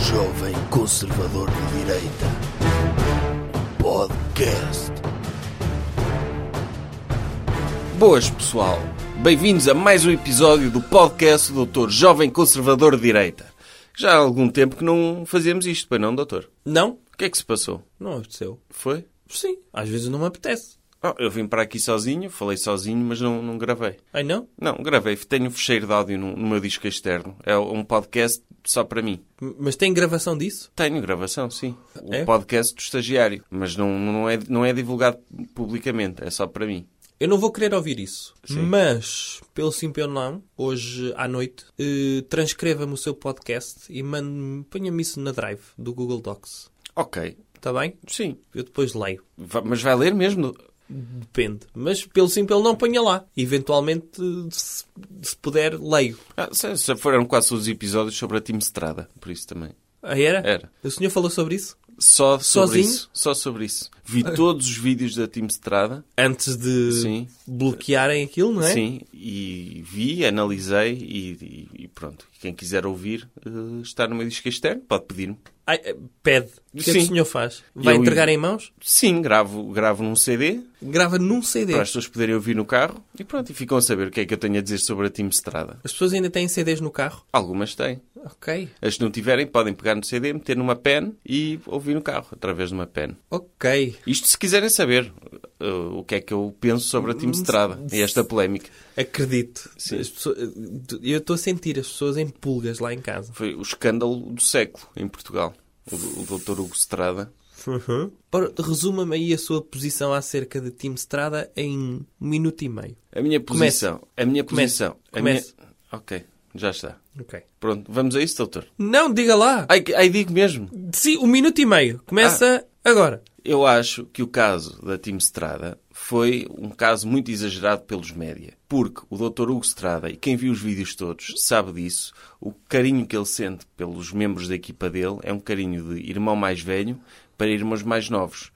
Jovem Conservador de Direita. Podcast. Boas, pessoal. Bem-vindos a mais um episódio do podcast do Doutor Jovem Conservador de Direita. Já há algum tempo que não fazíamos isto, pois não, doutor? Não, O que é que se passou? não apeteceu. Foi? Sim, às vezes não me apetece. Oh, eu vim para aqui sozinho, falei sozinho, mas não, não gravei. Ai não? Não, gravei. Tenho um fecheiro de áudio no, no meu disco externo. É um podcast só para mim. M- Mas tem gravação disso? Tenho gravação, sim. O É? podcast do estagiário. Mas não, não, é, não é divulgado publicamente. É só para mim. Eu não vou querer ouvir isso. Mas, pelo sim, pelo não, hoje à noite, eh, transcreva-me o seu podcast e mande-me, ponha-me isso na drive do Google Docs. Ok. Está bem? Sim. Eu depois leio. Va- Mas vai ler mesmo? Depende. Mas, pelo sim, pelo não, ponha lá. Eventualmente, eh, se, se puder, leio. Ah, se, se foram quase todos os episódios sobre a Tim Estrada, por isso também. Ah, era? Era. O senhor falou sobre isso? Só sobre Sozinho? Ah. isso. Só sobre isso. Vi todos os vídeos da Tim Estrada. Antes de Sim. bloquearem aquilo, não é? Sim, e vi, analisei e, e- e pronto. Quem quiser ouvir, eh, está no meu disco externo, pode pedir-me. Ai, eh, pede. O que é que Sim. o senhor faz? Vai Eu- entregar em mãos? Sim, gravo, gravo num CD grava num CD. para as pessoas poderem ouvir no carro e pronto. E ficam a saber o que é que eu tenho a dizer sobre a Tim Estrada. As pessoas ainda têm CDs no carro? Algumas têm. Ok. As que não tiverem, podem pegar no CD, meter numa pen e ouvir no carro, através de uma pen. Ok. Isto se quiserem saber uh, o que é que eu penso sobre a Tim Estrada e esta polémica. Acredito. Sim. As pessoas- Eu estou a sentir as pessoas em pulgas lá em casa. Foi o escândalo do século em Portugal. O, do- o doutor Hugo Estrada. Uhum. Ora, Resuma-me aí a sua posição acerca de Tim Strada em um minuto e meio. A minha Comece. posição. A minha Comece. posição. A minha... Comece. Ok, já está. Ok. Pronto, vamos a isso, doutor. Não, diga lá. Ai, que- ai, digo mesmo. Sim, um minuto e meio. Começa Ah. agora. Eu acho que o caso da Tim Estrada foi um caso muito exagerado pelos média. Porque o Dr. Hugo Estrada, e quem viu os vídeos todos, sabe disso. O carinho que ele sente pelos membros da equipa dele é um carinho de irmão mais velho para irmãos mais novos.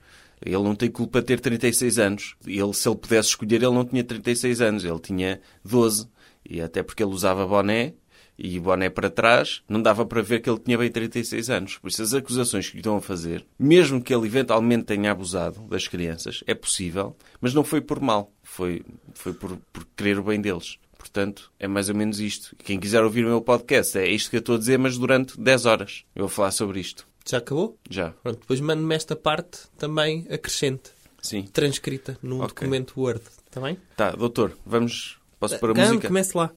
Ele não tem culpa de ter 36 anos. Ele, se ele pudesse escolher, ele não tinha 36 anos, ele tinha 12. E até porque ele usava boné, e o boné para trás, não dava para ver que ele tinha bem 36 anos. Por isso, as acusações que lhe estão a fazer, mesmo que ele eventualmente tenha abusado das crianças, é possível, mas não foi por mal, foi, foi por, por querer o bem deles. Portanto, é mais ou menos isto. Quem quiser ouvir o meu podcast, é isto que eu estou a dizer, mas durante 10 horas. Eu vou falar sobre isto. Já acabou? Já. Pronto, depois mando-me esta parte também acrescente, Sim. transcrita num Ok. documento Word. Está bem? Tá, doutor, vamos. Posso pôr a Can, música? Comece lá.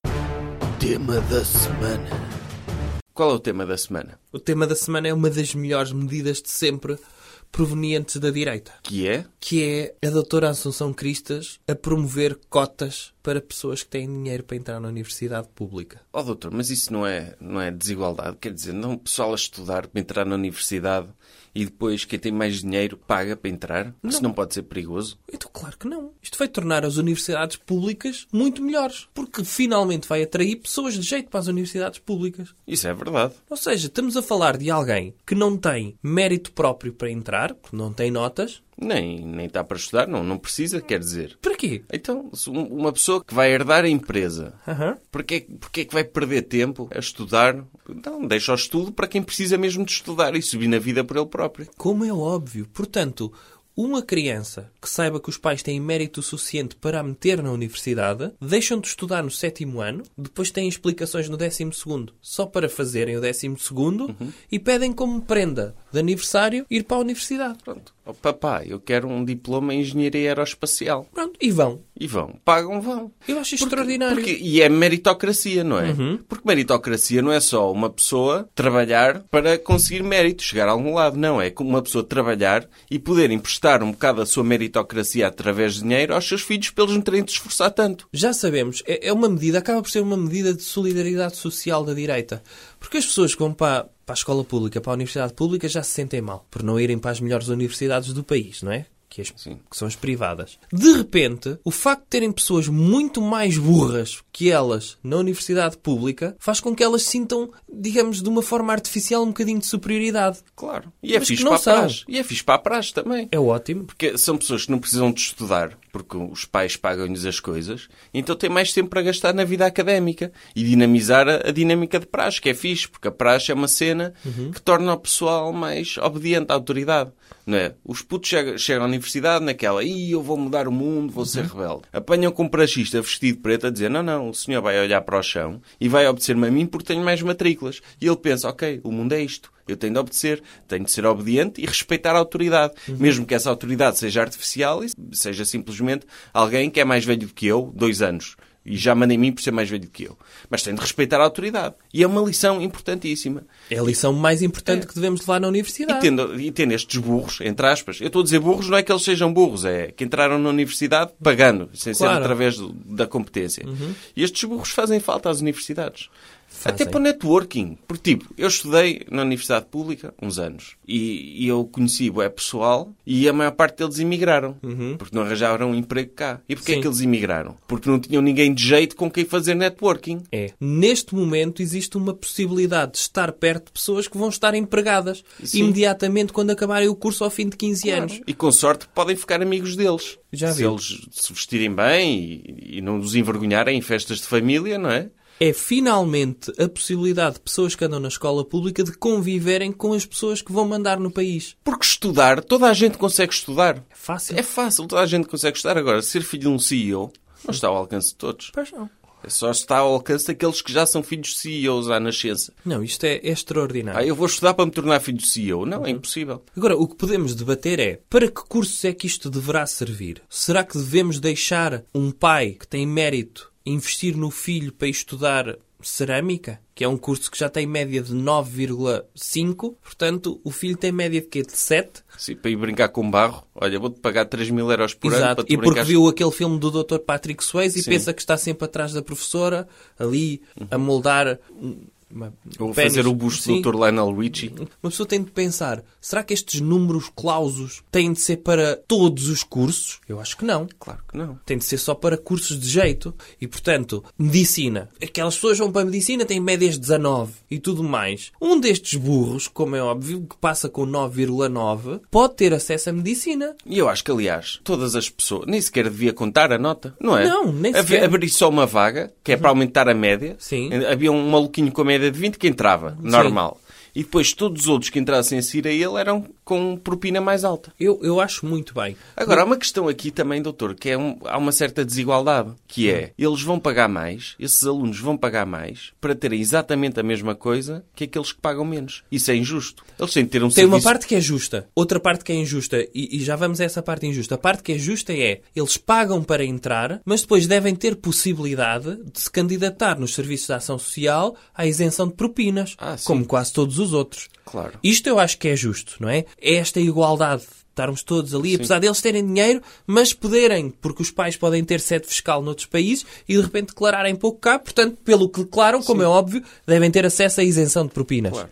Tema da semana. Qual é o tema da semana? O tema da semana é uma das melhores medidas de sempre provenientes da direita, Que é? que é a doutora Assunção Cristas a promover cotas para pessoas que têm dinheiro para entrar na universidade pública. Oh, doutor, mas isso não é, não é desigualdade? Quer dizer, não o pessoal a estudar para entrar na universidade e depois quem tem mais dinheiro paga para entrar? Isso não pode ser perigoso? Então, claro que não. Isto vai tornar as universidades públicas muito melhores, porque finalmente vai atrair pessoas de jeito para as universidades públicas. Isso é verdade. Ou seja, estamos a falar de alguém que não tem mérito próprio para entrar, que não tem notas. Nem, nem está para estudar, não, não precisa, quer dizer. Para quê? Então, se um- uma pessoa que vai herdar a empresa, Aham. porquê, porquê é que vai perder tempo a estudar? Não, deixa o estudo para quem precisa mesmo de estudar e subir na vida por ele próprio. Como é óbvio. Portanto, uma criança que saiba que os pais têm mérito suficiente para a meter na universidade, deixam de estudar no sétimo ano, depois têm explicações no décimo segundo, só para fazerem o décimo segundo, e pedem como prenda de aniversário ir para a universidade. Pronto. Oh, papai, eu quero um diploma em engenharia aeroespacial. Pronto, e vão. E vão. Pagam, vão. Eu Uhum. acho extraordinário. Porque- e é meritocracia, não é? Porque meritocracia não é só uma pessoa trabalhar para conseguir mérito, chegar a algum lado. Não, é como uma pessoa trabalhar e poder emprestar um bocado da sua meritocracia através de dinheiro aos seus filhos para eles não terem de se esforçar tanto. já sabemos, é, é uma medida, acaba por ser uma medida de solidariedade social da direita. Porque as pessoas que vão para, para a escola pública, para a universidade pública, já se sentem mal por não irem para as melhores universidades do país, não é? que, as- Sim. que são as privadas. De repente, o facto de terem pessoas muito mais burras que elas na universidade pública faz com que elas sintam, digamos, de uma forma artificial um bocadinho de superioridade. Claro. E é Mas fixe que não para a são. praxe. E é fixe para a praxe também. É ótimo. Porque são pessoas que não precisam de estudar, porque os pais pagam-lhes as coisas, então têm mais tempo para gastar na vida académica e dinamizar a, a dinâmica de praxe, que é fixe, porque a praxe é uma cena que torna o pessoal mais obediente à autoridade. Não é? Os putos chegam, chegam à universidade naquela, e eu vou mudar o mundo, vou ser rebelde. Apanham com um praxista vestido de preto a dizer, não, não, o senhor vai olhar para o chão e vai obedecer-me a mim porque tenho mais matrículas. E ele pensa, ok, o mundo é isto. Eu tenho de obedecer, tenho de ser obediente e respeitar a autoridade. Mesmo que essa autoridade seja artificial e seja simplesmente alguém que é mais velho do que eu, dois anos, e já manda em mim por ser mais velho do que eu. Mas tenho de respeitar a autoridade. E é uma lição importantíssima. É a lição mais importante É. que devemos levar na E universidade. tendo, e tendo estes burros, entre aspas, eu estou a dizer burros, não é que eles sejam burros, é que entraram na universidade pagando, sem ser Claro. Uhum. através do- da competência. E estes burros fazem falta às universidades. Fazem. Até para o networking. Porque, tipo, eu estudei na universidade pública uns anos e, e eu conheci o pessoal e a maior parte deles emigraram. Porque não arranjaram um emprego cá. E porquê é Uhum. Sim. que eles emigraram? Porque não tinham ninguém de jeito com quem fazer networking. É. Neste momento existe uma possibilidade de estar perto de pessoas que vão estar empregadas Sim. imediatamente quando acabarem o curso ao fim de 15 Claro. anos. E com sorte podem ficar amigos deles. Já se vi. eles se vestirem bem e, e não os envergonharem em festas de família, não é? É finalmente a possibilidade de pessoas que andam na escola pública de conviverem com as pessoas que vão mandar no país. Porque estudar, toda a gente consegue estudar. É fácil. É fácil, toda a gente consegue estudar. Agora, ser filho de um CEO não está ao alcance de todos. Pois não. É Só está ao alcance daqueles que já são filhos de CEOs à nascença. Não, isto é, é extraordinário. Ah, eu vou estudar para me tornar filho de CEO. Não, é Uhum. impossível. Agora, o que podemos debater é para que cursos é que isto deverá servir? Será que devemos deixar um pai que tem mérito investir no filho para estudar cerâmica? Que é um curso que já tem média de 9,5, portanto, o filho tem média de quê? De 7? Sim, para ir brincar com um barro, olha, vou-te pagar 3 mil euros por ano para Exato, tu e porque brincares- viu aquele filme do Dr. Patrick Swayze e Sim. pensa que está sempre atrás da professora, ali a moldar. um- Uma, Ou pênis. fazer o busto Sim. do Dr. Lionel Richie. Uma pessoa tem de pensar: será que estes números clausos têm de ser para todos os cursos? Eu acho que não. Claro que não. Tem de ser só para cursos de jeito. E, portanto, medicina. Aquelas pessoas vão para a medicina têm médias 19 e tudo mais. Um destes burros, como é óbvio, que passa com 9,9, pode ter acesso à medicina. E eu acho que, aliás, todas as pessoas nem sequer devia contar a nota, não é? Não, nem Havia- sequer. Uhum. Abrir só uma vaga, que é para aumentar a média. Sim. Havia um maluquinho com a média de 20 que entrava, normal. E depois todos os outros que entrassem a seguir a ele eram com propina mais alta. Eu, eu acho muito bem. Agora, há uma questão aqui também, doutor, que é um- há uma certa desigualdade, que é, Uhum. eles vão pagar mais, esses alunos vão pagar mais, para terem exatamente a mesma coisa que aqueles que pagam menos. Isso é injusto. Eles têm de ter um Tem uma serviço parte que é justa, outra parte que é injusta, e, e já vamos a essa parte injusta. A parte que é justa é, eles pagam para entrar, mas depois devem ter possibilidade de se candidatar nos serviços de ação social à isenção de propinas, Ah, sim. como quase todos os outros. Claro. Isto eu acho que é justo, não é? É Esta igualdade, estarmos todos ali, apesar deles terem dinheiro, mas poderem, porque os pais podem ter sede fiscal noutros países e de repente declararem pouco cá, portanto, pelo que declaram, como é óbvio, devem ter acesso à isenção de propinas. Claro.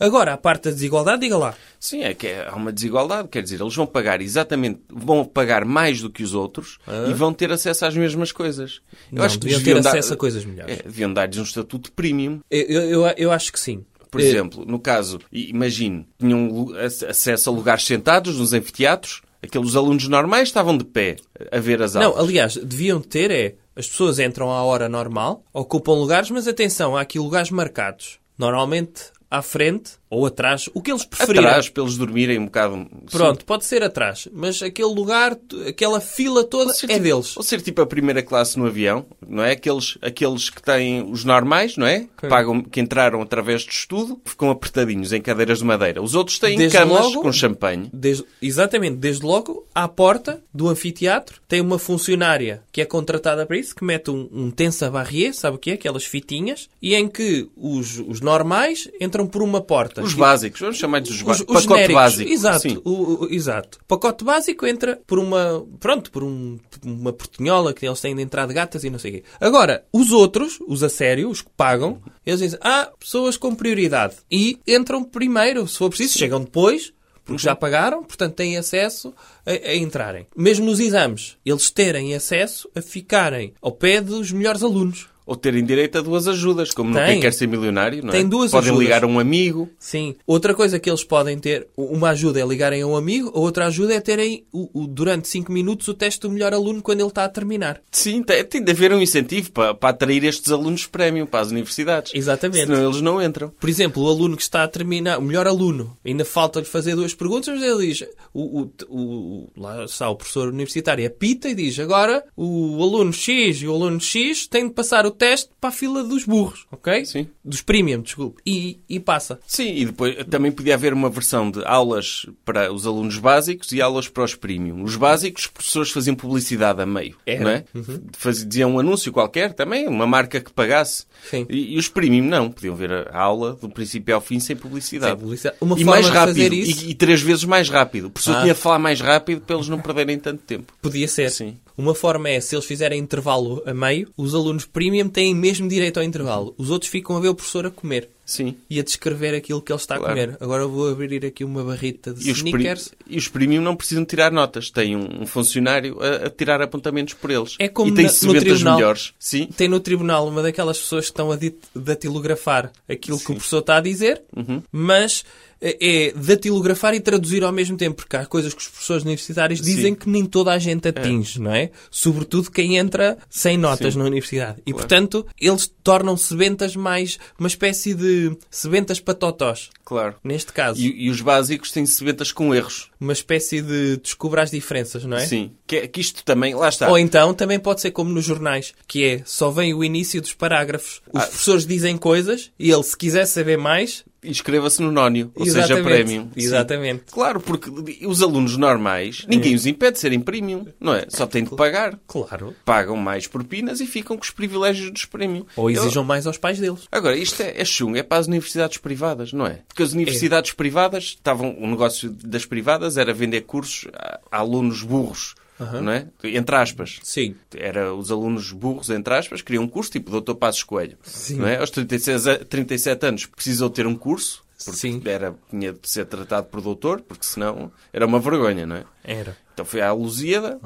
Agora, a parte da desigualdade, diga lá. Sim, é que há uma desigualdade. Quer dizer, eles vão pagar exatamente, vão pagar mais do que os outros e vão ter acesso às mesmas coisas. Eu Ah. Não, acho que deviam deviam ter dar- acesso a coisas melhores. É, deviam dar-lhes um estatuto premium. Eu, eu, eu- eu acho que sim. Por Eh, exemplo, no caso, i- imagine, tinham lu- ac- acesso a lugares sentados nos anfiteatros. Aqueles alunos normais estavam de pé a ver as aulas. Eh, Não, aliás, deviam ter é. As pessoas entram à hora normal, ocupam lugares, mas atenção, há aqui lugares marcados. Normalmente à frente ou atrás, o que eles preferirem. Atrás, para eles dormirem um bocado. Pronto, pode ser atrás, mas aquele lugar, t- aquela fila toda é tipo, deles. Ou ser tipo a primeira classe no avião, não é? Aqueles, aqueles que têm os normais, não é? Que, pagam, que entraram através de estudo, ficam apertadinhos em cadeiras de madeira. Os outros têm Desde camas logo- com champanhe. Desde- exatamente, desde logo à porta do anfiteatro tem uma funcionária que é contratada para isso, que mete um, um tensa barrier, sabe o que é? Aquelas fitinhas, e em que os, os normais entram por uma porta. Os E- básicos, vamos chamar-lhes os os, os básicos. Pacote genéricos. básico. Exato, Sim. o, o- exato. Pacote básico entra por uma, pronto, por um- uma portinhola que eles têm de entrar de gatas e não sei o quê. Agora, os outros, os a sério, os que pagam, eles dizem, ah, pessoas com prioridade. E entram primeiro, se for preciso, chegam depois, Porque Uhum. já pagaram, portanto têm acesso a, a entrarem. Mesmo nos exames, eles terem acesso a ficarem ao pé dos melhores alunos. Ou terem direito a duas ajudas, como no Tem. quem quer ser milionário, não é? Tem duas Podem ajudas. ligar a um amigo. Sim. Outra coisa que eles podem ter, uma ajuda é ligarem a um amigo, a outra ajuda é terem o, o- durante 5 minutos o teste do melhor aluno quando ele está a terminar. Sim, tem, tem de haver um incentivo para, para atrair estes alunos prémio para as universidades. Exatamente. Senão eles não entram. Por exemplo, o aluno que está a terminar, o melhor aluno, ainda falta-lhe fazer duas perguntas, mas ele diz, o, o- o- o- lá está o professor universitário, apita e diz, agora o aluno X e o aluno X têm de passar o teste para a fila dos burros, ok? Sim. Dos premium, desculpe. E, e passa. Sim, e depois também podia haver uma versão de aulas para os alunos básicos e aulas para os premium. Os básicos, os professores faziam publicidade a meio, não é? Uhum. Faz- diziam um anúncio qualquer também, uma marca que pagasse. Sim. E, e os premium não, podiam ver a aula do princípio ao fim sem publicidade. Sem publicidade. é Uma e forma mais de rápido, fazer isso- E, e três vezes mais rápido. O professor Ah. tinha de falar mais rápido para eles não perderem tanto tempo. Podia ser. Sim. Uma forma é, se eles fizerem intervalo a meio, os alunos premium têm mesmo direito ao intervalo. Os outros ficam a ver o professor a comer Sim. e a descrever aquilo que ele está Claro. a comer. Agora eu vou abrir aqui uma barrita de E os, pri- sneakers. e os premium não precisam tirar notas. Tem um, um funcionário a, a tirar apontamentos por eles. É como e tem na- no 70 tribunal. melhores. Sim. Tem no tribunal uma daquelas pessoas que estão a dit- datilografar aquilo que o professor está a dizer, Uhum. mas eh, é datilografar e traduzir ao mesmo tempo, porque há coisas que os professores universitários dizem que nem toda a gente atinge, não é? Sobretudo quem entra sem notas na universidade. E, portanto, eles tornam sebentas mais uma espécie de sebentas para totós, Claro. neste caso. E, e os básicos têm sebentas com erros. Uma espécie de descubra as diferenças, não é? Sim. Que, que isto também, lá está. Ou então também pode ser como nos jornais, que é só vem o início dos parágrafos. Ah. Os professores dizem coisas e ele, se quiser saber mais, Inscreva-se no nónio, ou seja, Exatamente. premium. Sim. Exatamente. Claro, porque os alunos normais, É. ninguém os impede de serem premium, não é? Só têm de pagar. claro. Pagam mais propinas e ficam com os privilégios dos premium. Ou Eu- exijam mais aos pais deles. Agora, isto é, é chungo, é para as universidades privadas, não é? Porque as universidades privadas estavam. O negócio das privadas era vender cursos a, a alunos burros, não é? Entre aspas. Sim. Era os alunos burros, entre aspas, queriam um curso tipo Dr. Passos Coelho. Não é? Aos 36, a- 37 anos precisou ter um curso, porque Sim. Era, tinha de ser tratado por doutor, porque senão era uma vergonha, não é? Era. Então foi à Lusíada,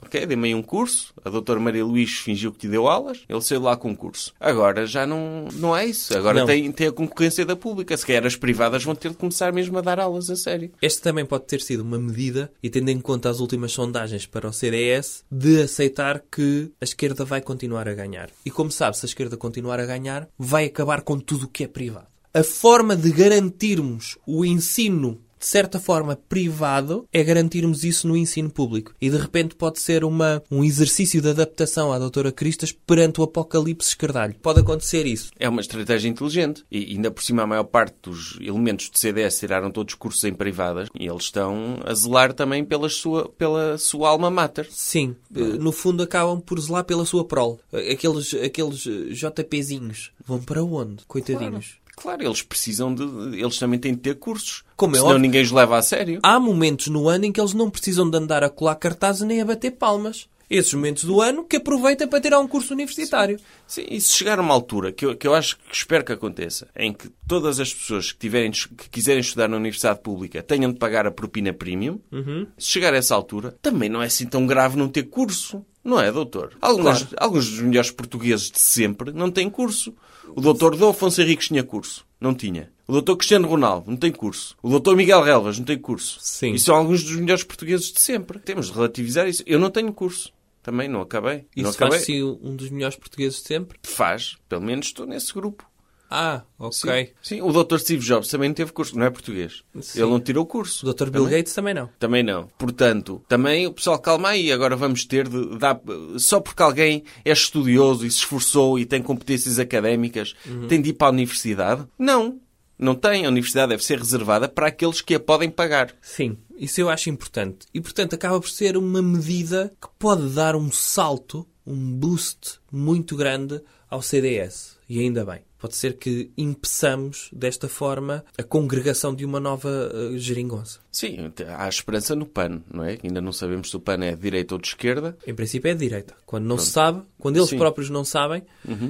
ok, dei-me aí um curso, a doutora Maria Luís fingiu que te deu aulas, ele saiu lá com o curso. Agora já não, não é isso, agora Não. tem, tem a concorrência da pública, se calhar as privadas vão ter de começar mesmo a dar aulas a sério. Este também pode ter sido uma medida, e tendo em conta as últimas sondagens para o CDS, de aceitar que a esquerda vai continuar a ganhar. E como sabe, se a esquerda continuar a ganhar, vai acabar com tudo o que é privado. A forma de garantirmos o ensino, de certa forma, privado, é garantirmos isso no ensino público. E de repente pode ser uma, um exercício de adaptação à doutora Cristas perante o apocalipse esquerdalho. Pode acontecer isso. É uma estratégia inteligente. E ainda por cima, a maior parte dos elementos do CDS tiraram todos os cursos em privadas e eles estão a zelar também pela sua, pela sua alma mater. Sim, eh, é? no fundo acabam por zelar pela sua prole. Eh, Aqueles, aqueles eh, JPzinhos vão para onde? Coitadinhos. Claro, eles precisam de. Eles também têm de ter cursos. Como é senão óbvio. ninguém os leva a sério. Há momentos no ano em que eles não precisam de andar a colar cartazes nem a bater palmas. Esses momentos do ano que aproveita para tirar um curso universitário. Sim, e se chegar a uma altura, que eu, que eu acho que espero que aconteça, em que todas as pessoas que, tiverem, que quiserem estudar na universidade pública tenham de pagar a propina premium, Uhum. se chegar a essa altura, também não é assim tão grave não ter curso. Não é, doutor? Alguns, alguns dos melhores portugueses de sempre não têm curso. O doutor D. Afonso Henriques tinha curso. Não tinha. O doutor Cristiano Ronaldo não tem curso. O doutor Miguel Relvas não tem curso. Sim. E são alguns dos melhores portugueses de sempre. Temos de relativizar isso. Eu não tenho curso. Também não acabei. não Isso acabei. faz-se um dos melhores portugueses de sempre. Faz, pelo menos estou nesse grupo. Ah, ok. Sim, o Dr. Steve Jobs também não teve curso, não é português. Sim. Ele não tirou curso. O Dr. Bill também. Gates também não. Também não. Portanto, também o pessoal calma aí. Agora vamos ter de dar. Só porque alguém é estudioso e se esforçou e tem competências académicas, Uhum. tem de ir para a universidade? Não. Não tem. A universidade deve ser reservada para aqueles que a podem pagar. Sim, isso eu acho importante. E portanto acaba por ser uma medida que pode dar um salto, um boost muito grande ao CDS. E ainda bem. Pode ser que impeçamos desta forma a congregação de uma nova eh, geringonça. Sim, então, há esperança no PAN, não é? Ainda não sabemos se o PAN é de direita ou de esquerda. Em princípio é de direita. Quando não se sabe, quando eles Sim. Uhum. próprios não sabem,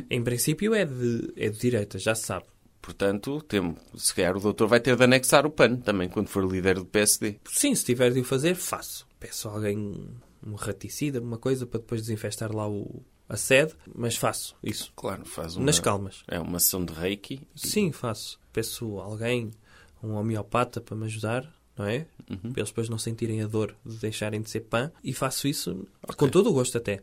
em princípio é de, é de direita, já se sabe. Portanto, temo, se calhar o doutor vai ter de anexar o PAN também quando for líder do PSD. Sim, se tiver de o fazer, faço. Peço a alguém um- um raticida, uma coisa, para depois desinfestar lá o, a sede, mas faço isso. Claro, faz uma... Nas calmas. É uma sessão de reiki. Sim, faço. Peço a alguém, um homeopata, para me ajudar, não é? Para eles depois não sentirem a dor de deixarem de ser pã. E faço isso com todo o gosto até.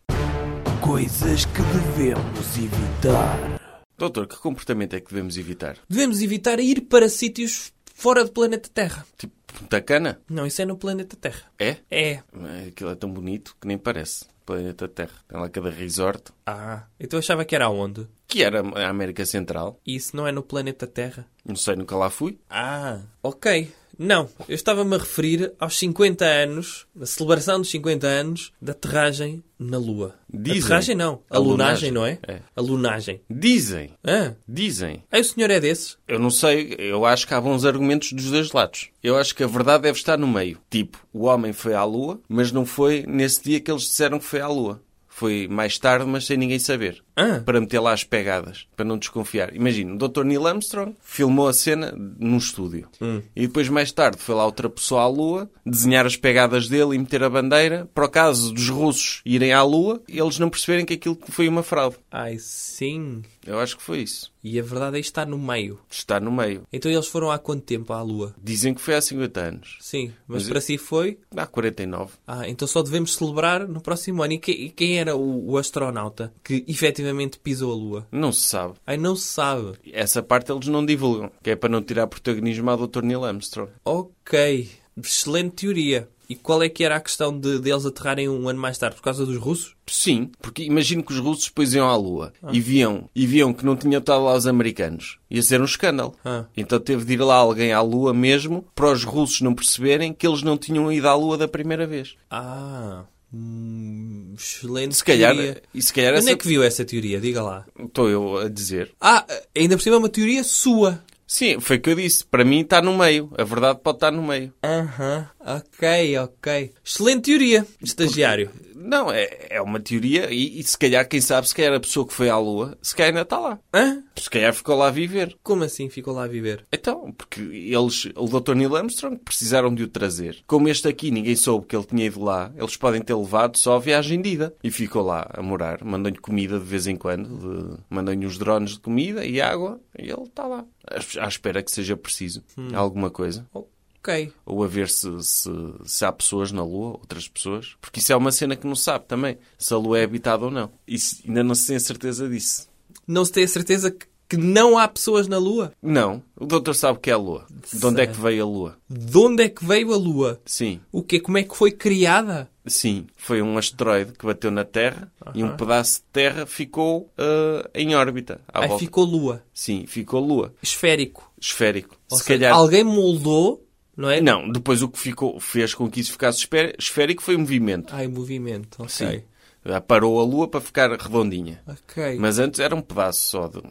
Coisas que devemos evitar. Doutor, que comportamento é que devemos evitar? Devemos evitar ir para sítios fora do planeta Terra. Tipo, Punta Cana? Não, isso é no planeta Terra. É? É. Mas Aquilo é tão bonito que nem parece. Planeta Terra. Tem lá cada resort. Ah, então eu achava que era onde? Que era a América Central. E isso não é no planeta Terra? Não sei, nunca lá fui. Ah, ok. Não, eu estava-me a referir aos 50 anos, a celebração dos 50 anos da aterragem na Lua. Dizem. Aterragem não, A lunagem, alunagem, não é? é. Alunagem. Dizem, Ah, dizem. aí o senhor é desses? Eu não sei, eu acho que há bons argumentos dos dois lados. Eu acho que a verdade deve estar no meio. Tipo, o homem foi à Lua, mas não foi nesse dia que eles disseram que foi à Lua. Foi mais tarde, mas sem ninguém saber. Ah. Para meter lá as pegadas, para não desconfiar. Imagina, o Dr. Neil Armstrong filmou a cena num estúdio. E depois, mais tarde, foi lá outra pessoa à Lua, desenhar as pegadas dele e meter a bandeira. Para o caso dos russos irem à Lua, eles não perceberem que aquilo foi uma fraude. Ai, sim. Eu acho que foi isso. E a verdade é estar no meio. Está no meio. Então eles foram há quanto tempo à Lua? Dizem que foi há 50 anos. Sim, mas, Mas- para si foi. Há 49. Ah, então só devemos celebrar no próximo ano. E, que- e quem era o, o astronauta que efetivamente pisou a Lua? Não se sabe. Ai, não se sabe. Essa parte eles não divulgam, que é para não tirar protagonismo ao Dr. Neil Armstrong. Ok, excelente teoria. E qual é que era a questão de deles aterrarem um ano mais tarde? Por causa dos russos? Sim, porque imagino que os russos depois iam à Lua Ah. e, viam, e viam que não tinham estado lá os americanos. Ia ser um escândalo. Ah. Então teve de ir lá alguém à Lua mesmo para os russos não perceberem que eles não tinham ido à Lua da primeira vez. Ah, hum, excelente Se calhar, teoria. e se calhar Onde essa... é que viu essa teoria? Diga lá. Estou eu a dizer. Ah, ainda por cima é uma teoria sua. Sim, foi o que eu disse. Para mim está no meio. A verdade pode estar no meio. Aham, ok, ok. Excelente teoria, estagiário. Não, é, é uma teoria e, e se calhar, quem sabe, se calhar a pessoa que foi à Lua, se calhar ainda está lá. Hã? Se calhar ficou lá a viver. Como assim ficou lá a viver? Então, porque eles, o Dr. Neil Armstrong, precisaram de o trazer. Como este aqui ninguém soube que ele tinha ido lá, eles podem ter levado só a viagem de ida. E ficou lá a morar. Mandam-lhe comida de vez em quando, de- mandam-lhe uns drones de comida e água, e ele está lá. À- À espera que seja preciso alguma coisa. Ok. Ou a ver se, se, se há pessoas na Lua, outras pessoas. Porque isso é uma cena que não se sabe também, se a Lua é habitada ou não. Isso, ainda não se tem certeza disso. Não se tem a certeza que, que não há pessoas na Lua? Não, o doutor sabe que é a Lua. De onde é que veio a Lua? De onde é que veio a Lua? Sim, O quê? Como é que foi criada? sim. Foi um asteroide que bateu na Terra e um pedaço de Terra ficou ah, em órbita. À Aí volta. ficou Lua. Sim, ficou Lua. Esférico. Esférico. Ou se seja, calhar. Alguém moldou, não é? Não, depois o que ficou, fez com que isso ficasse esfé- esférico foi o movimento. Ai, movimento. Ok. Sim. Ah, Parou a Lua para ficar redondinha. Ok. Mas antes era um pedaço só de,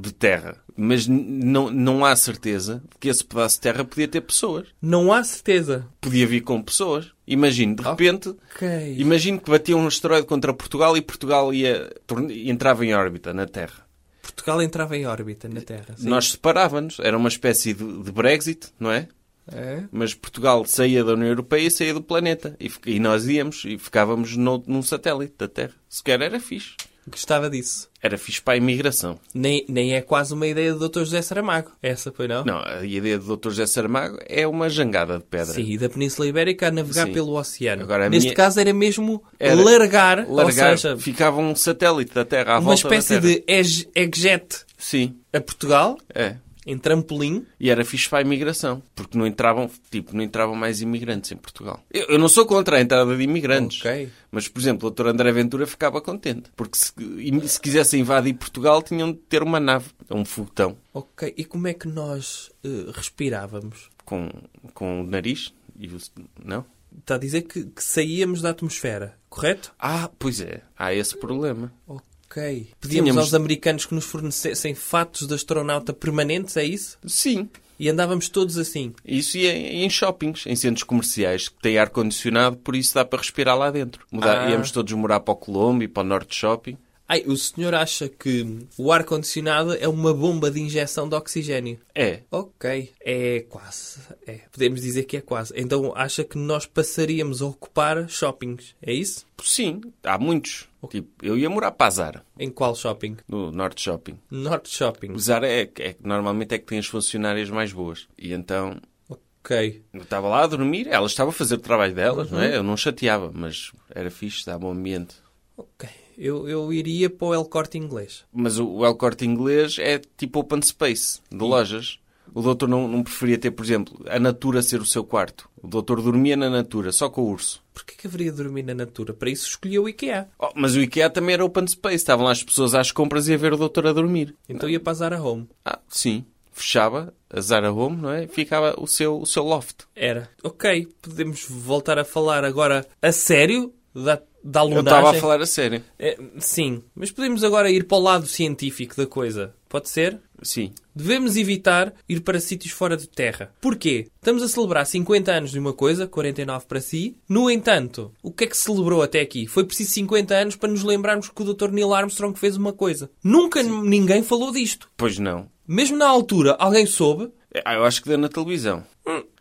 de terra. Mas n- não, não há certeza de que esse pedaço de terra podia ter pessoas. Não há certeza. Podia vir com pessoas. Imagino, de Oh. repente, Ok. imagino que batia um asteroide contra Portugal e Portugal ia, torn- entrava em órbita na Terra. Portugal entrava em órbita na Terra. Sim. Nós separávamos, era uma espécie de, de Brexit, não é? É? Mas Portugal saía da União Europeia e saía do planeta. E, fi- e nós íamos e ficávamos no, num satélite da Terra. Sequer era fixe. Gostava disso. Era fixe para a imigração. Nem, nem é quase uma ideia do Dr. José Saramago. Essa foi, não? Não, a ideia do Dr. José Saramago é uma jangada de pedra. Sim, e da Península Ibérica a navegar Sim. pelo oceano. Agora, a Neste minha- caso era mesmo Era largar, Largar, ou seja, ficava um satélite da Terra à uma volta espécie da Terra. de eg- eggjet Sim, a Portugal, é. em trampolim. E era fixe para a imigração, porque não entravam, tipo, não entravam mais imigrantes em Portugal. Eu, eu não sou contra a entrada de imigrantes. Ok. Mas, por exemplo, o Dr. André Ventura ficava contente, porque se, e se quisessem invadir Portugal tinham de ter uma nave, um foguetão, Ok, e como é que nós eh, respirávamos? com, com o nariz e o... não? Está a dizer que, que saíamos da atmosfera, correto? Ah, pois é, há esse problema. Ok. Pedíamos Tínhamos- aos americanos que nos fornecessem fatos de astronauta permanentes, é isso? Sim, E andávamos todos assim. Isso e em, em shoppings, em centros comerciais, que têm ar-condicionado, por isso dá para respirar lá dentro. Mudar, Ah. Íamos todos morar para o Colombo e para o Norte Shopping. Ai, o senhor acha que o ar-condicionado é uma bomba de injeção de oxigênio? É. Ok. É quase. É. Podemos dizer que é quase. Então acha que nós passaríamos a ocupar shoppings? É isso? Sim, há muitos. Tipo, eu ia morar para a Zara, Em qual shopping? no Norte Shopping. Norte Shopping. O Zara é, é, normalmente é que tem as funcionárias mais boas. E então Ok. eu estava lá a dormir, ela estava a fazer o trabalho delas, não é? Eu não chateava, mas era fixe, dava um ambiente. Ok. Eu, eu iria para o El Corte Inglês. Mas o, o El Corte Inglês é tipo open space de lojas. O doutor não, não preferia ter, por exemplo, a Natura ser o seu quarto. O doutor dormia na Natura, só com o urso. Porquê que haveria de dormir na natura? Para isso escolhi o IKEA. Oh, mas o IKEA também era open space. Estavam lá as pessoas às compras e a ver o doutor a dormir. Então ia para a Zara Home. Ah, sim. Fechava a Zara Home, não é? Ficava o seu, o seu loft. Era. Ok, podemos voltar a falar agora a sério da, da Eu estava a alunagem. falar a sério. É, sim, mas podemos agora ir para o lado científico da coisa. Pode ser? Sim. Devemos evitar ir para sítios fora de terra. Porquê? Estamos a celebrar 50 anos de uma coisa, 49 para si. No entanto, o que é que se celebrou até aqui? Foi preciso 50 anos para nos lembrarmos que o Dr. Neil Armstrong fez uma coisa. Nunca n- ninguém falou disto. Pois não. Mesmo na altura, alguém soube Ah, Eu acho que deu na televisão.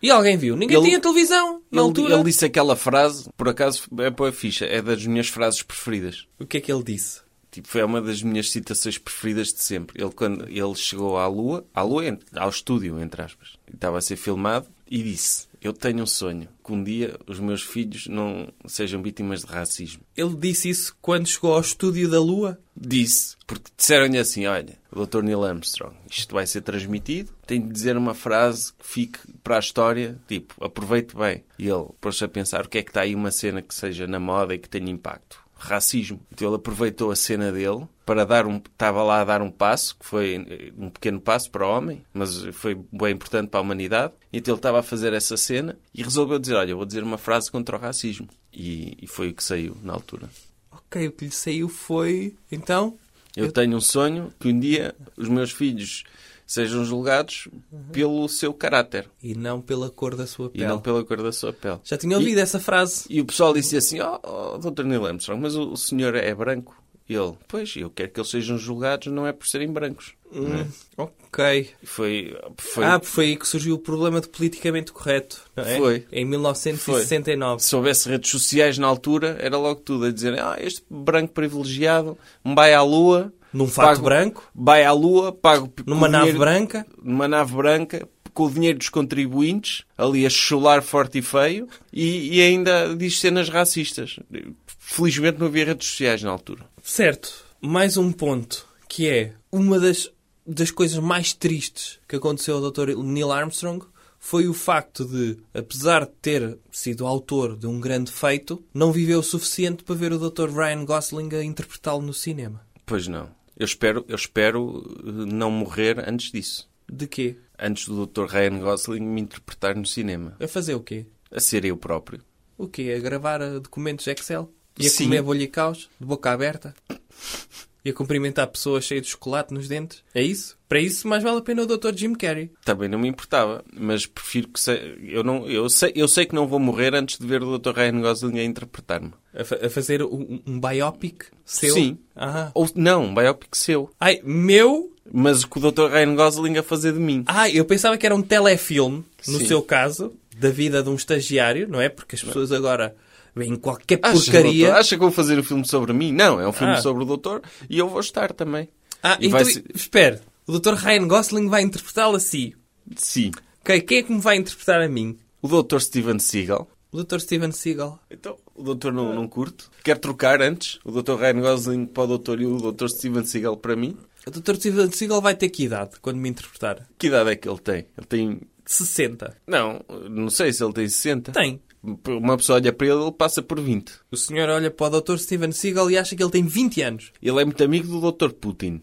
e alguém viu. Ninguém Ele- tinha televisão Ele, na altura. ele disse aquela frase, por acaso, é para a ficha, é das minhas frases preferidas. O que é que ele disse? Tipo, foi uma das minhas citações preferidas de sempre. Ele, quando ele chegou à Lua, à Lua, ent- ao estúdio, entre aspas, e estava a ser filmado, e disse: Eu tenho um sonho, que um dia os meus filhos não sejam vítimas de racismo. Ele disse isso quando chegou ao estúdio da Lua. Disse, porque disseram-lhe assim: Olha, o Dr. Neil Armstrong, isto vai ser transmitido, tem de dizer uma frase que fique para a história, tipo, aproveite bem. E ele pôs-se a pensar: o que é que está aí uma cena que seja na moda e que tenha impacto? Racismo. Então ele aproveitou a cena dele para dar um. Estava lá a dar um passo, que foi eh, um pequeno passo para o homem, mas foi bem importante para a humanidade. Então ele estava a fazer essa cena e resolveu dizer: Olha, eu vou dizer uma frase contra o racismo. E, e foi o que saiu na altura. Ok, o que lhe saiu foi. Então, Eu tenho um sonho que um dia os meus filhos sejam julgados pelo seu caráter e não pela cor da sua e pele. não pela cor da sua pele. Já tinha ouvido essa frase. E o pessoal disse assim: Ó, oh, Dr. Neil Armstrong, mas o, o senhor é branco? E ele, pois, eu quero que eles sejam julgados, não é por serem brancos. é? Hum, ok. E Foi. foi Ah, foi aí que surgiu o problema de politicamente correto, não é? Foi. Em foi. 1969. Se houvesse redes sociais na altura, era logo tudo a dizer: Ah, este branco privilegiado vai à lua. Num fato pago- branco, Vai à lua, pago. p- numa com nave dinheiro- branca. numa nave branca com o dinheiro dos contribuintes, ali a chular forte e feio, e, e ainda diz cenas racistas. Felizmente não havia redes sociais na altura. Certo. Mais um ponto, que é uma das, das coisas mais tristes que aconteceu ao Dr. Neil Armstrong foi o facto de, apesar de ter sido autor de um grande feito, não viveu o suficiente para ver o Dr. Ryan Gosling a interpretá-lo no cinema. Pois não. Eu espero, eu espero eh, não morrer antes disso. De quê? Antes do Dr. Ryan Gosling me interpretar no cinema. A fazer o quê? A ser eu próprio. O quê? A gravar eh, documentos Excel? E a Sim. comer bolha e caos? De boca aberta? E a cumprimentar pessoas cheias de chocolate nos dentes? É isso? Para isso, mais vale a pena o Dr. Jim Carrey. Também não me importava, mas prefiro que se... eu não eu sei, eu sei que não vou morrer antes de ver o Dr. Ryan Gosling a interpretar-me. A, fa- a fazer um, um biopic seu? Sim. Ah. Ou não, um biopic seu, Ai, meu? mas com o Dr. Ryan Gosling a fazer de mim. Ai, eu pensava que era um telefilme, no Sim. seu caso, da vida de um estagiário, não é? Porque as pessoas agora veem qualquer Acha, porcaria. Ah, doutor? Acha que vou fazer um filme sobre mim? Não, é um filme Ah. sobre o doutor e eu vou estar também. Ah, e então, vai ser- espera. O Dr. Ryan Gosling vai interpretá-lo assim. Sim. Ok, quem é que me vai interpretar a mim? O doutor Steven Seagal. O Dr. Steven Seagal. Então, o doutor não, não curte. Quer trocar antes o doutor Ryan Gosling para o doutor e o doutor Steven Seagal para mim? O Dr. Steven Seagal vai ter que idade quando me interpretar? Que idade é que ele tem? Ele tem... 60. Não, não sei se ele tem 60. Tem. Uma pessoa olha para ele, ele passa por 20. O senhor olha para o Dr. Steven Seagal e acha que ele tem 20 anos. Uhum. Ele é muito amigo do doutor Putin.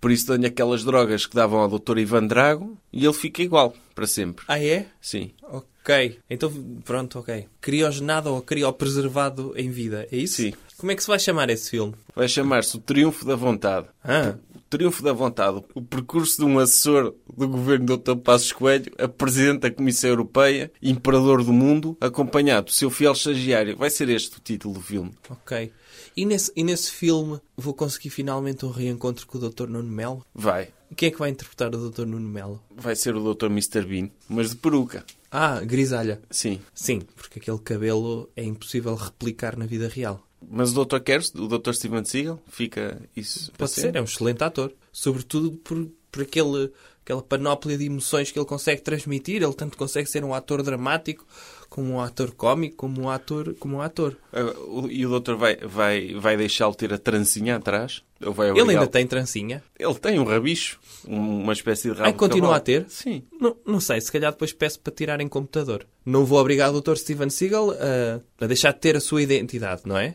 Por isso dão-lhe aquelas drogas que davam ao doutor Ivan Drago e ele fica igual, para sempre. Ah, é? Sim. Ok. Então, pronto, ok. Criogenado ou criopreservado em vida, é isso? Sim. Como é que se vai chamar esse filme? Vai chamar-se O Triunfo da Vontade. Ah, O triunfo da vontade, o percurso de um assessor do governo Dr. Passos Coelho a Presidente da Comissão Europeia, Imperador do Mundo, acompanhado do seu fiel estagiário. Vai ser este o título do filme. Ok. E nesse, e nesse filme vou conseguir finalmente um reencontro com o Dr. Nuno Melo? Vai. Quem é que vai interpretar o Dr. Nuno Melo? Vai ser o Dr. Mr. Bean, mas de peruca. Ah, grisalha. Sim. Sim, porque aquele cabelo é impossível replicar na vida real. Mas o Dr. Kers, o Dr. Steven Seagal, fica isso para Pode ser, sempre? é um excelente ator. Sobretudo por, por aquele, aquela panóplia de emoções que ele consegue transmitir. Ele tanto consegue ser um ator dramático, como um ator cómico, como um ator. Como um ator. Ah, o- E o doutor vai, vai, vai deixá-lo ter a trancinha atrás? Ou vai Ele ainda obrigá-lo? tem trancinha. Ele tem um rabicho, um- uma espécie de rabo Ai, de continua cavalo. a ter? Sim. Não, não sei, se calhar depois peço para tirar em computador. Não vou obrigar o Dr. Steven Seagal ah, a, a deixar de ter a sua identidade, não é?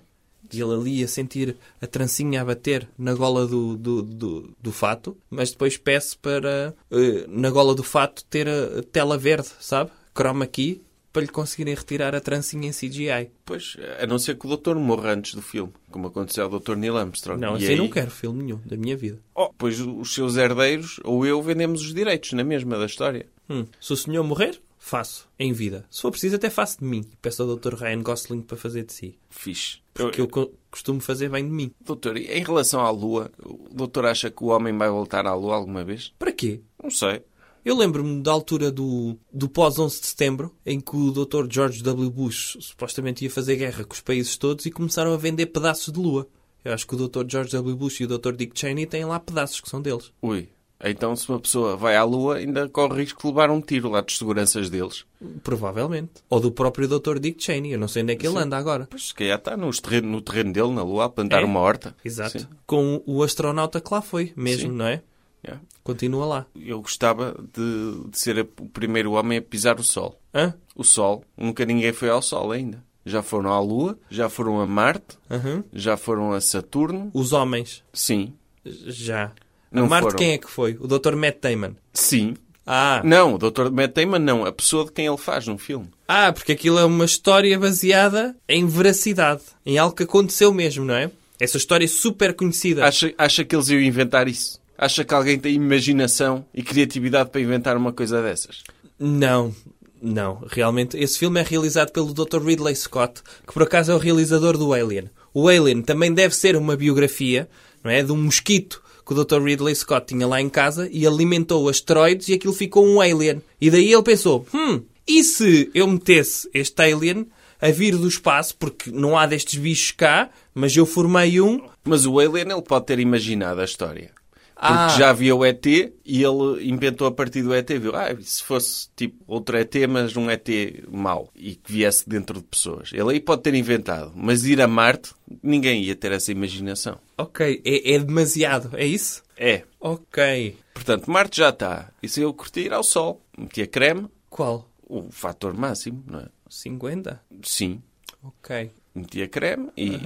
E ele ali a sentir a trancinha a bater na gola do, do, do, do fato, mas depois peço para eh, na gola do fato ter a tela verde, sabe? Chroma key, para lhe conseguirem retirar a trancinha em CGI. Pois, a não ser que o doutor morra antes do filme, como aconteceu ao doutor Neil Armstrong. Não, E assim aí- não quero filme nenhum da minha vida. Oh, pois os seus herdeiros ou eu vendemos os direitos na mesma da história. Hum, Se o senhor morrer, faço, em vida. Se for preciso, até faço de mim. Peço ao Dr. Ryan Gosling para fazer de si. Fixe. Porque eu co- costumo fazer bem de mim. Doutor, e em relação à Lua, o doutor acha que o homem vai voltar à Lua alguma vez? Para quê? Não sei. Eu lembro-me da altura do, do pós-11 de setembro, em que o Dr. George W. Bush supostamente ia fazer guerra com os países todos e começaram a vender pedaços de lua. Eu acho que o Dr. George W. Bush e o Dr. Dick Cheney têm lá pedaços que são deles. Ui. Então, se uma pessoa vai à Lua, ainda corre o risco de levar um tiro lá dos seguranças deles. Provavelmente. Ou do próprio Dr. Dick Cheney. Eu não sei onde é que ele anda agora. Pois, se calhar está nos terreno, no terreno dele, na Lua, a plantar É? uma horta. Exato. Sim. Com o astronauta que lá foi, mesmo, Sim. não é? É. Continua lá. Eu gostava de, de ser o primeiro homem a pisar o Sol. Hã? O Sol. Nunca ninguém foi ao Sol ainda. Já foram à Lua, já foram a Marte, Aham. já foram a Saturno. Os homens. Sim. Já. Não A Marte foram. quem é que foi? O Dr. Matt Damon. Sim. Ah, Não, o Dr. Matt Damon não. A pessoa de quem ele faz num filme. Ah, porque aquilo é uma história baseada em veracidade, em algo que aconteceu mesmo, não é? Essa história é super conhecida. Acha, acha que eles iam inventar isso? Acha que alguém tem imaginação e criatividade para inventar uma coisa dessas? Não, não, realmente. Esse filme é realizado pelo Dr. Ridley Scott, que por acaso é o realizador do Alien. O Alien também deve ser uma biografia, não é? De um mosquito que o Dr. Ridley Scott tinha lá em casa e alimentou asteroides e aquilo ficou um Alien. E daí ele pensou: hum, e se eu metesse este Alien a vir do espaço, porque não há destes bichos cá, mas eu formei um. Mas o Alien, ele pode ter imaginado a história. Porque Ah. já havia o ET e ele inventou a partir do ET. Viu, ah, e se fosse tipo outro ET, mas um ET mau e que viesse dentro de pessoas. Ele aí pode ter inventado. Mas ir a Marte, ninguém ia ter essa imaginação. Ok, é, é demasiado, é isso? É. Ok. Portanto, Marte já está. E se eu curtir ir ao Sol, metia creme, Qual? o fator máximo, não é? 50? Sim, Ok. metia creme e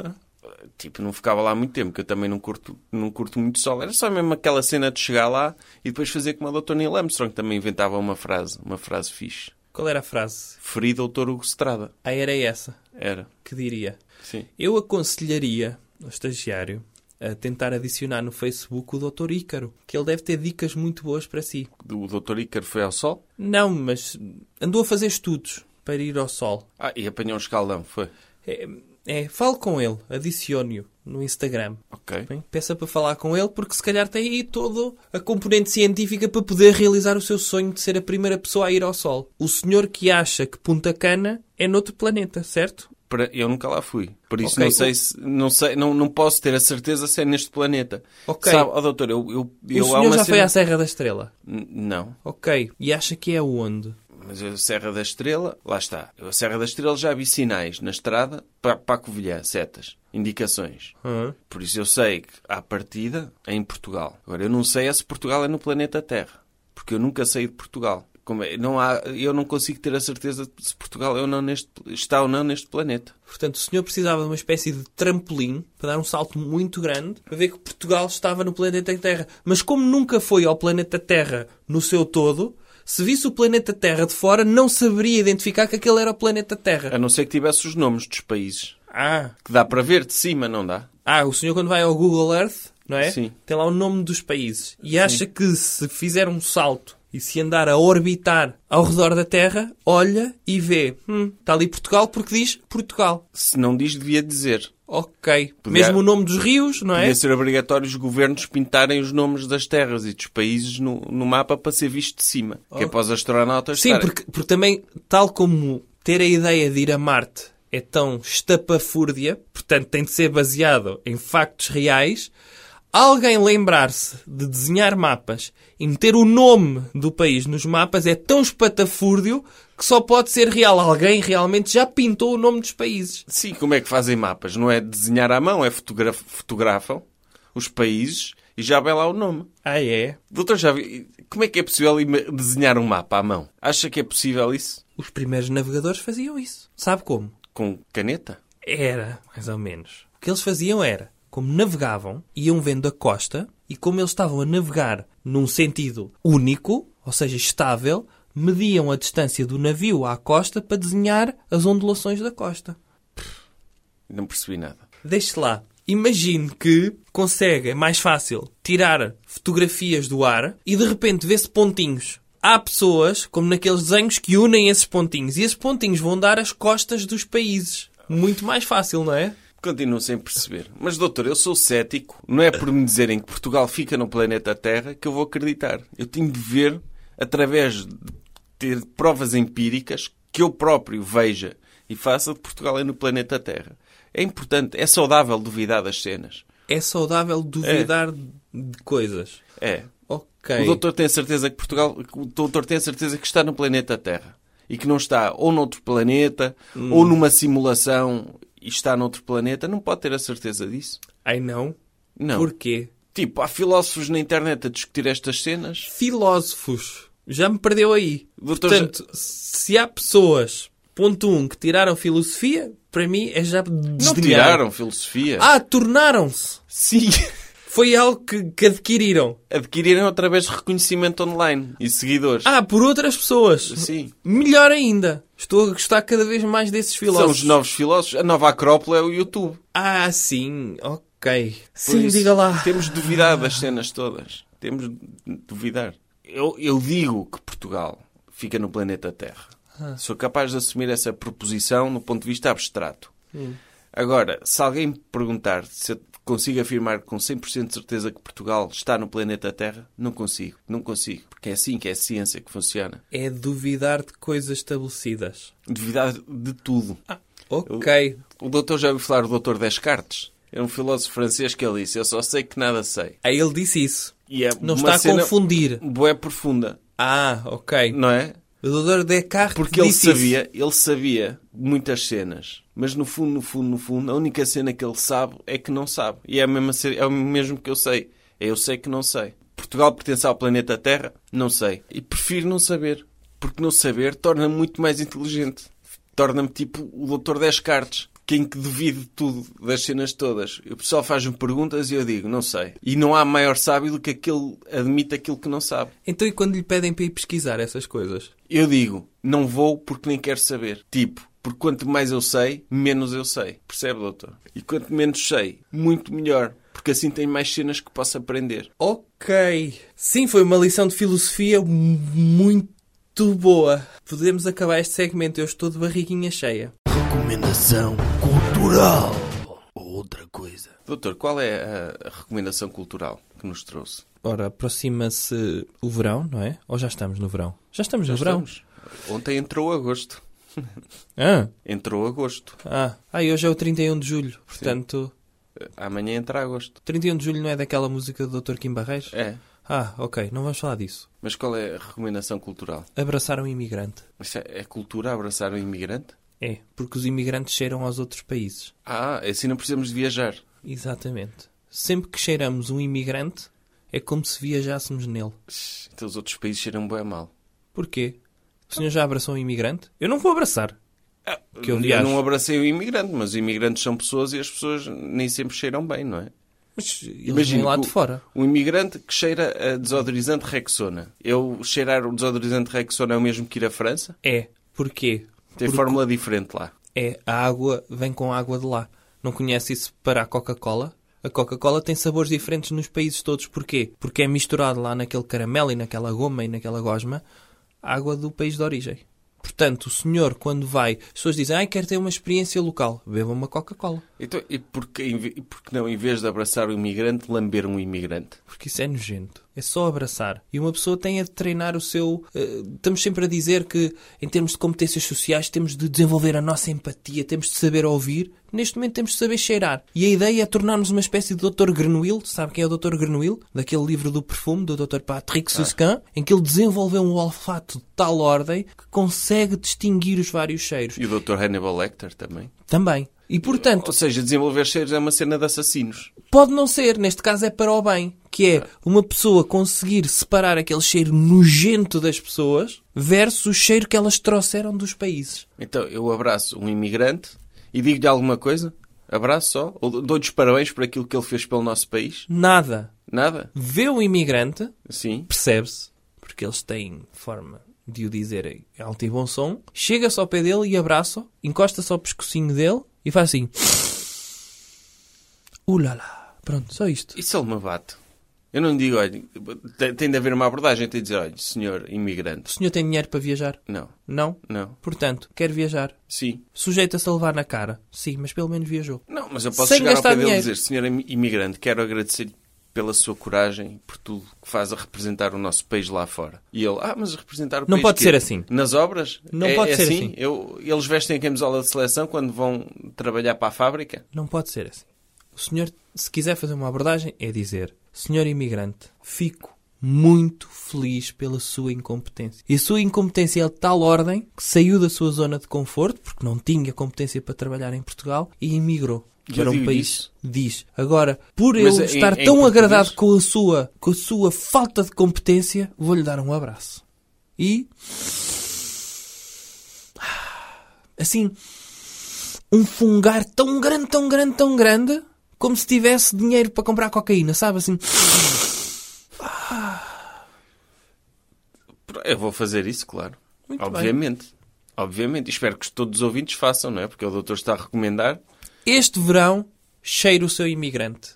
tipo não ficava lá muito tempo, que eu também não curto, não curto muito sol. Era só mesmo aquela cena de chegar lá e depois fazer como a Dr. Neil Armstrong que também inventava uma frase, uma frase fixe. Qual era a frase? Ferido Dr. Hugo Estrada. Ah, era essa Era. que diria. Sim. Eu aconselharia ao estagiário a tentar adicionar no Facebook o Dr. Ícaro, que ele deve ter dicas muito boas para si. O Dr. Ícaro foi ao sol. Não, mas andou a fazer estudos para ir ao sol. Ah, e apanhou um escaldão, foi. É, é, fale com ele, adicione-o no Instagram. Ok. Bem, peça para falar com ele, porque se calhar tem aí toda a componente científica para poder realizar o seu sonho de ser a primeira pessoa a ir ao Sol. O senhor que acha que Punta Cana é noutro planeta, certo? Para- Eu nunca lá fui. Por isso Ok. não sei se não sei, não, não posso ter a certeza se é neste planeta. Ok. Sabe, ó, doutor, eu, eu, eu o há senhor uma já foi cena- à Serra da Estrela. N- Não. Ok. E acha que é onde? Mas a Serra da Estrela, lá está. Eu a Serra da Estrela já vi sinais na estrada para, para a Covilhã, setas, indicações. Hã? Por isso eu sei que à partida é em Portugal. Agora eu não sei é se Portugal é no planeta Terra, porque eu nunca saí de Portugal. Como é- não há, eu não consigo ter a certeza de se Portugal é ou não neste, está ou não neste planeta. Portanto, o senhor precisava de uma espécie de trampolim para dar um salto muito grande para ver que Portugal estava no planeta Terra. Mas como nunca foi ao planeta Terra no seu todo, se visse o planeta Terra de fora, não saberia identificar que aquele era o planeta A Terra. não ser que tivesse os nomes dos países, Ah, que dá para ver de cima, não dá? ah o senhor quando vai ao Google Earth não é? Sim. Tem lá o nome dos países. E acha que se fizer um salto e se andar a orbitar ao redor da Terra, olha e vê. Hum, está ali Portugal porque diz Portugal. Se não diz, devia dizer. Ok. Podia- Mesmo o nome dos rios, não é? Devia ser obrigatório os governos pintarem os nomes das terras e dos países no, no mapa para ser visto de cima. Que é para os astronautas Oh. Sim, estarem- porque, porque também, tal como ter a ideia de ir a Marte é tão estapafúrdia, portanto tem de ser baseado em factos reais, alguém lembrar-se de desenhar mapas e meter o nome do país nos mapas é tão espatafúrdio que só pode ser real. Alguém realmente já pintou o nome dos países. Sim, como é que fazem mapas? Não é desenhar à mão, é fotogra- fotografam os países e já vem lá o nome. Ah, é? Doutor Javi, como é que é possível ima- desenhar um mapa à mão? Acha que é possível isso? Os primeiros navegadores faziam isso. Sabe como? Com caneta? Era, mais ou menos. O que eles faziam era, como navegavam, iam vendo a costa e como eles estavam a navegar num sentido único, ou seja, estável, mediam a distância do navio à costa para desenhar as ondulações da costa. Não percebi nada. Deixe lá. Imagine que consegue, é mais fácil, tirar fotografias do ar e de repente vê-se pontinhos. Há pessoas, como naqueles desenhos, que unem esses pontinhos. E esses pontinhos vão dar as costas dos países. Muito mais fácil, não é? Continuo sem perceber. Mas, doutor, eu sou cético. Não é por me dizerem que Portugal fica no planeta Terra que eu vou acreditar. Eu tenho de ver, através de ter provas empíricas, que eu próprio veja e faça de Portugal é no planeta Terra. É importante, é saudável duvidar das cenas. É saudável duvidar de coisas. É. Ok. O doutor tem a certeza que Portugal, que o doutor tem a certeza que está no planeta Terra e que não está ou noutro planeta ou numa simulação e está noutro planeta, não pode ter a certeza disso. Ai não? Não. Porquê? Tipo, há filósofos na internet a discutir estas cenas. Filósofos. Já me perdeu aí. Doutor, Portanto, se há pessoas, ponto um, que tiraram filosofia, para mim é já Não desdenharam. tiraram filosofia. Ah, tornaram-se. Sim. Foi algo que, que adquiriram. Adquiriram através de reconhecimento online e seguidores. Ah, por outras pessoas. Sim. Melhor ainda. Estou a gostar cada vez mais desses São filósofos. os novos filósofos. A nova acrópole é o YouTube. Ah, sim. Ok. Por Sim, isso, diga lá. Temos de duvidar das cenas todas. Temos de duvidar. Eu, eu digo que Portugal fica no planeta Terra. Ah. Sou capaz de assumir essa proposição no ponto de vista abstrato. Hum. Agora, se alguém me perguntar se eu consigo afirmar com 100% de certeza que Portugal está no planeta Terra, não consigo. Não consigo. Porque é assim que é a ciência que funciona. É duvidar de coisas estabelecidas. Duvidar de tudo. Ok. O doutor já ouviu falar do doutor Descartes? Era um filósofo francês que ele disse, eu só sei que nada sei. Aí ele disse isso. E é Não uma está a cena- confundir. Boé profunda, Ah, ok. não é? O doutor Descartes Porque ele disse isso. sabia, ele sabia muitas cenas, mas no fundo, no fundo, no fundo, a única cena que ele sabe é que não sabe. E é, a mesma, ce- é o mesmo que eu sei. É eu sei que não sei. Portugal pertence ao planeta Terra? Não sei. E prefiro não saber. Porque não saber torna-me muito mais inteligente. Torna-me tipo o doutor Descartes. Quem que duvide de tudo, das cenas todas. O pessoal faz-me perguntas e eu digo, não sei. E não há maior sábio do que aquele admite aquilo que não sabe. Então e quando lhe pedem para ir pesquisar essas coisas? Eu digo, não vou porque nem quero saber. Tipo, porque quanto mais eu sei, menos eu sei. Percebe, doutor? E quanto menos sei, muito melhor. Porque assim tem mais cenas que posso aprender. Ok. Sim, foi uma lição de filosofia mu- muito boa. Podemos acabar este segmento. Eu estou de barriguinha cheia. Recomendação cultural. Outra coisa. Doutor, qual é a- a recomendação cultural que nos trouxe? Ora, aproxima-se o verão, não é? Ou já estamos no verão? Já estamos no verão. Estamos. Ontem entrou agosto. Ah. Entrou agosto. Ah. ah, e hoje é o 31 de julho. Portanto, Eh, Amanhã entra agosto. 31 de julho não é daquela música do Dr. Kim Barreiros? É. Ah, ok. Não vamos falar disso. Mas qual é a recomendação cultural? Abraçar um imigrante. Isso é, é cultura abraçar o imigrante? É, porque os imigrantes cheiram aos outros países. Ah, assim não precisamos de viajar. Exatamente. Sempre que cheiramos um imigrante, é como se viajássemos nele. Então os outros países cheiram bem mal. Porquê? O senhor já abraçou um imigrante? Eu não vou abraçar. Que eu viajo. Ah, não abracei o imigrante, mas os imigrantes são pessoas e as pessoas nem sempre cheiram bem, não é? Mas eles Imagina vêm lá que o- de fora. Um imigrante que cheira a desodorizante Rexona. Eu cheirar o desodorizante Rexona é o mesmo que ir à França? É. Porquê? Tem fórmula diferente lá. É, a água vem com a água de lá. Não conhece isso para a Coca-Cola? A Coca-Cola tem sabores diferentes nos países todos. Porquê? Porque é misturado lá naquele caramelo e naquela goma e naquela gosma água do país de origem. Portanto, o senhor, quando vai, as pessoas dizem, ai, quero ter uma experiência local, beba uma Coca-Cola. Então, e porque, e porque não, em vez de abraçar o imigrante, lamber um imigrante? Porque isso é nojento. É só abraçar. E uma pessoa tem a treinar o seu. eh, estamos sempre a dizer que, em termos de competências sociais, temos de desenvolver a nossa empatia, temos de saber ouvir. Neste momento, temos de saber cheirar. E a ideia é tornarmos uma espécie de Dr. Grenouille. Sabe quem é o Dr. Grenouille? Daquele livro do perfume do Dr. Patrick Susskind, em que ele desenvolveu um olfato de tal ordem que consegue distinguir os vários cheiros. E o Dr. Hannibal Lecter também. Também. E portanto, Ou seja, desenvolver cheiros é uma cena de assassinos. Pode não ser, neste caso é para o bem, que é uma pessoa conseguir separar aquele cheiro nojento das pessoas versus o cheiro que elas trouxeram dos países. Então, eu abraço um imigrante e digo-lhe alguma coisa? Abraço só? Ou dou-lhe os parabéns por aquilo que ele fez pelo nosso país? Nada. Nada? Vê o imigrante, Sim. percebe-se, porque eles têm forma de o dizer em alto e bom som, chega-se ao pé dele e abraça-o, encosta-se ao pescocinho dele e faz assim. Ulala. Pronto, só isto. E se ele me bate? Eu não digo, olha, tem- tem de haver uma abordagem, tem de dizer, olha, senhor O imigrante. senhor tem dinheiro para viajar? Não, Não? não, Portanto, quer viajar. sim. Sujeita-se a levar na cara. Sim, mas pelo menos viajou. Não, mas eu posso Sem chegar ao gastar pé dele e dinheiro. dizer, senhor im- imigrante, quero agradecer pela sua coragem, por tudo que faz a representar o nosso país lá fora. E ele, ah, mas representar o Não país pode quê? ser assim. Nas obras? Não É- pode é ser assim? assim. Eu, eles vestem a camisola de seleção quando vão trabalhar para a fábrica? Não pode ser assim. O senhor, se quiser fazer uma abordagem, é dizer: Senhor imigrante, fico muito feliz pela sua incompetência. E a sua incompetência é de tal ordem que saiu da sua zona de conforto, porque não tinha competência para trabalhar em Portugal, e emigrou. E eu Para um digo país isso? diz. Agora, por Mas é eu em- estar em tão português? agradado com a sua com a sua falta de competência, vou-lhe dar um abraço. E assim, um fungar tão grande, tão grande, tão grande, como se tivesse dinheiro para comprar cocaína, sabe? Assim, Eu vou fazer isso, claro. Muito bem. Obviamente. Obviamente. E Espero que todos os ouvintes façam, não é? Porque o doutor está a recomendar. este verão, cheira o seu imigrante.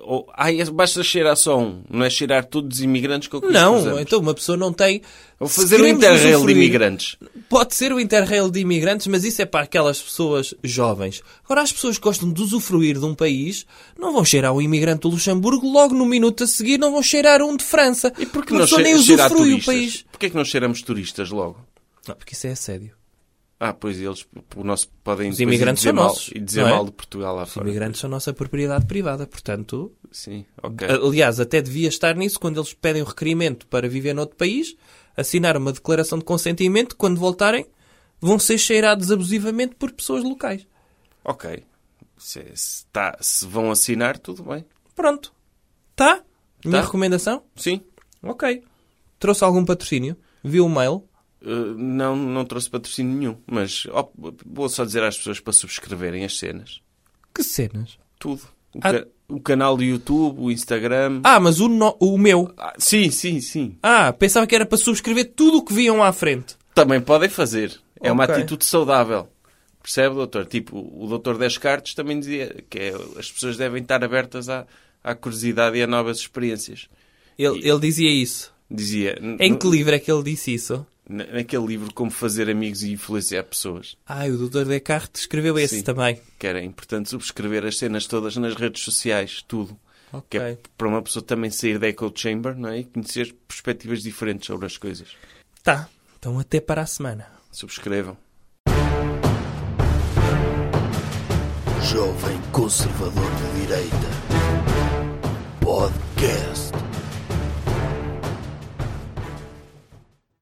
Ou, ah, é- basta cheirar só um. Não é cheirar todos os imigrantes que eu Não, então uma pessoa não tem. Vou se fazer um queremos interrail de usufruir- imigrantes. Pode ser o interrail de imigrantes, mas isso é para aquelas pessoas jovens. Agora, as pessoas que gostam de usufruir de um país não vão cheirar um imigrante do Luxemburgo, logo no minuto a seguir não vão cheirar um de França. E por que Uma não pessoa che- nem cheirar usufrui o turistas? país. Porquê é que não cheiramos turistas logo? Não, porque isso é assédio. Ah, pois eles o nosso, podem Os depois imigrantes dizer são mal, nossos, E dizer não é? mal de Portugal lá Os fora. imigrantes são nossa propriedade privada, portanto... Sim, ok. Aliás, até devia estar nisso quando eles pedem o requerimento para viver noutro país, assinar uma declaração de consentimento, quando voltarem vão ser cheirados abusivamente por pessoas locais. Ok. Se, se tá- se vão assinar, tudo bem. Pronto. Tá? Minha Tá. recomendação? Sim. Ok. Trouxe algum patrocínio? Viu o mail? Uh, não, não trouxe patrocínio nenhum, mas ó, vou só dizer às pessoas para subscreverem as cenas. Que cenas? Tudo. O, Ah. ca- o canal do YouTube, o Instagram. Ah, mas o, no- o meu. Ah, sim, sim, sim. Ah, pensava que era para subscrever tudo o que viam à frente. Também podem fazer. É uma Ok. atitude saudável. Percebe, doutor? Tipo, o doutor Descartes também dizia que é, as pessoas devem estar abertas à, à curiosidade e a novas experiências. Ele, ele dizia isso. Dizia n- Em que livro é que ele disse isso? na- naquele livro Como Fazer Amigos e Influenciar Pessoas. Ah, o doutor Descartes escreveu esse Sim. também. que era importante subscrever as cenas todas nas redes sociais, tudo. Ok. Que é para uma pessoa também sair da echo chamber não é? e conhecer perspectivas diferentes sobre as coisas. Tá. Então até para a semana. Subscrevam. Jovem Conservador de Direita. Podcast.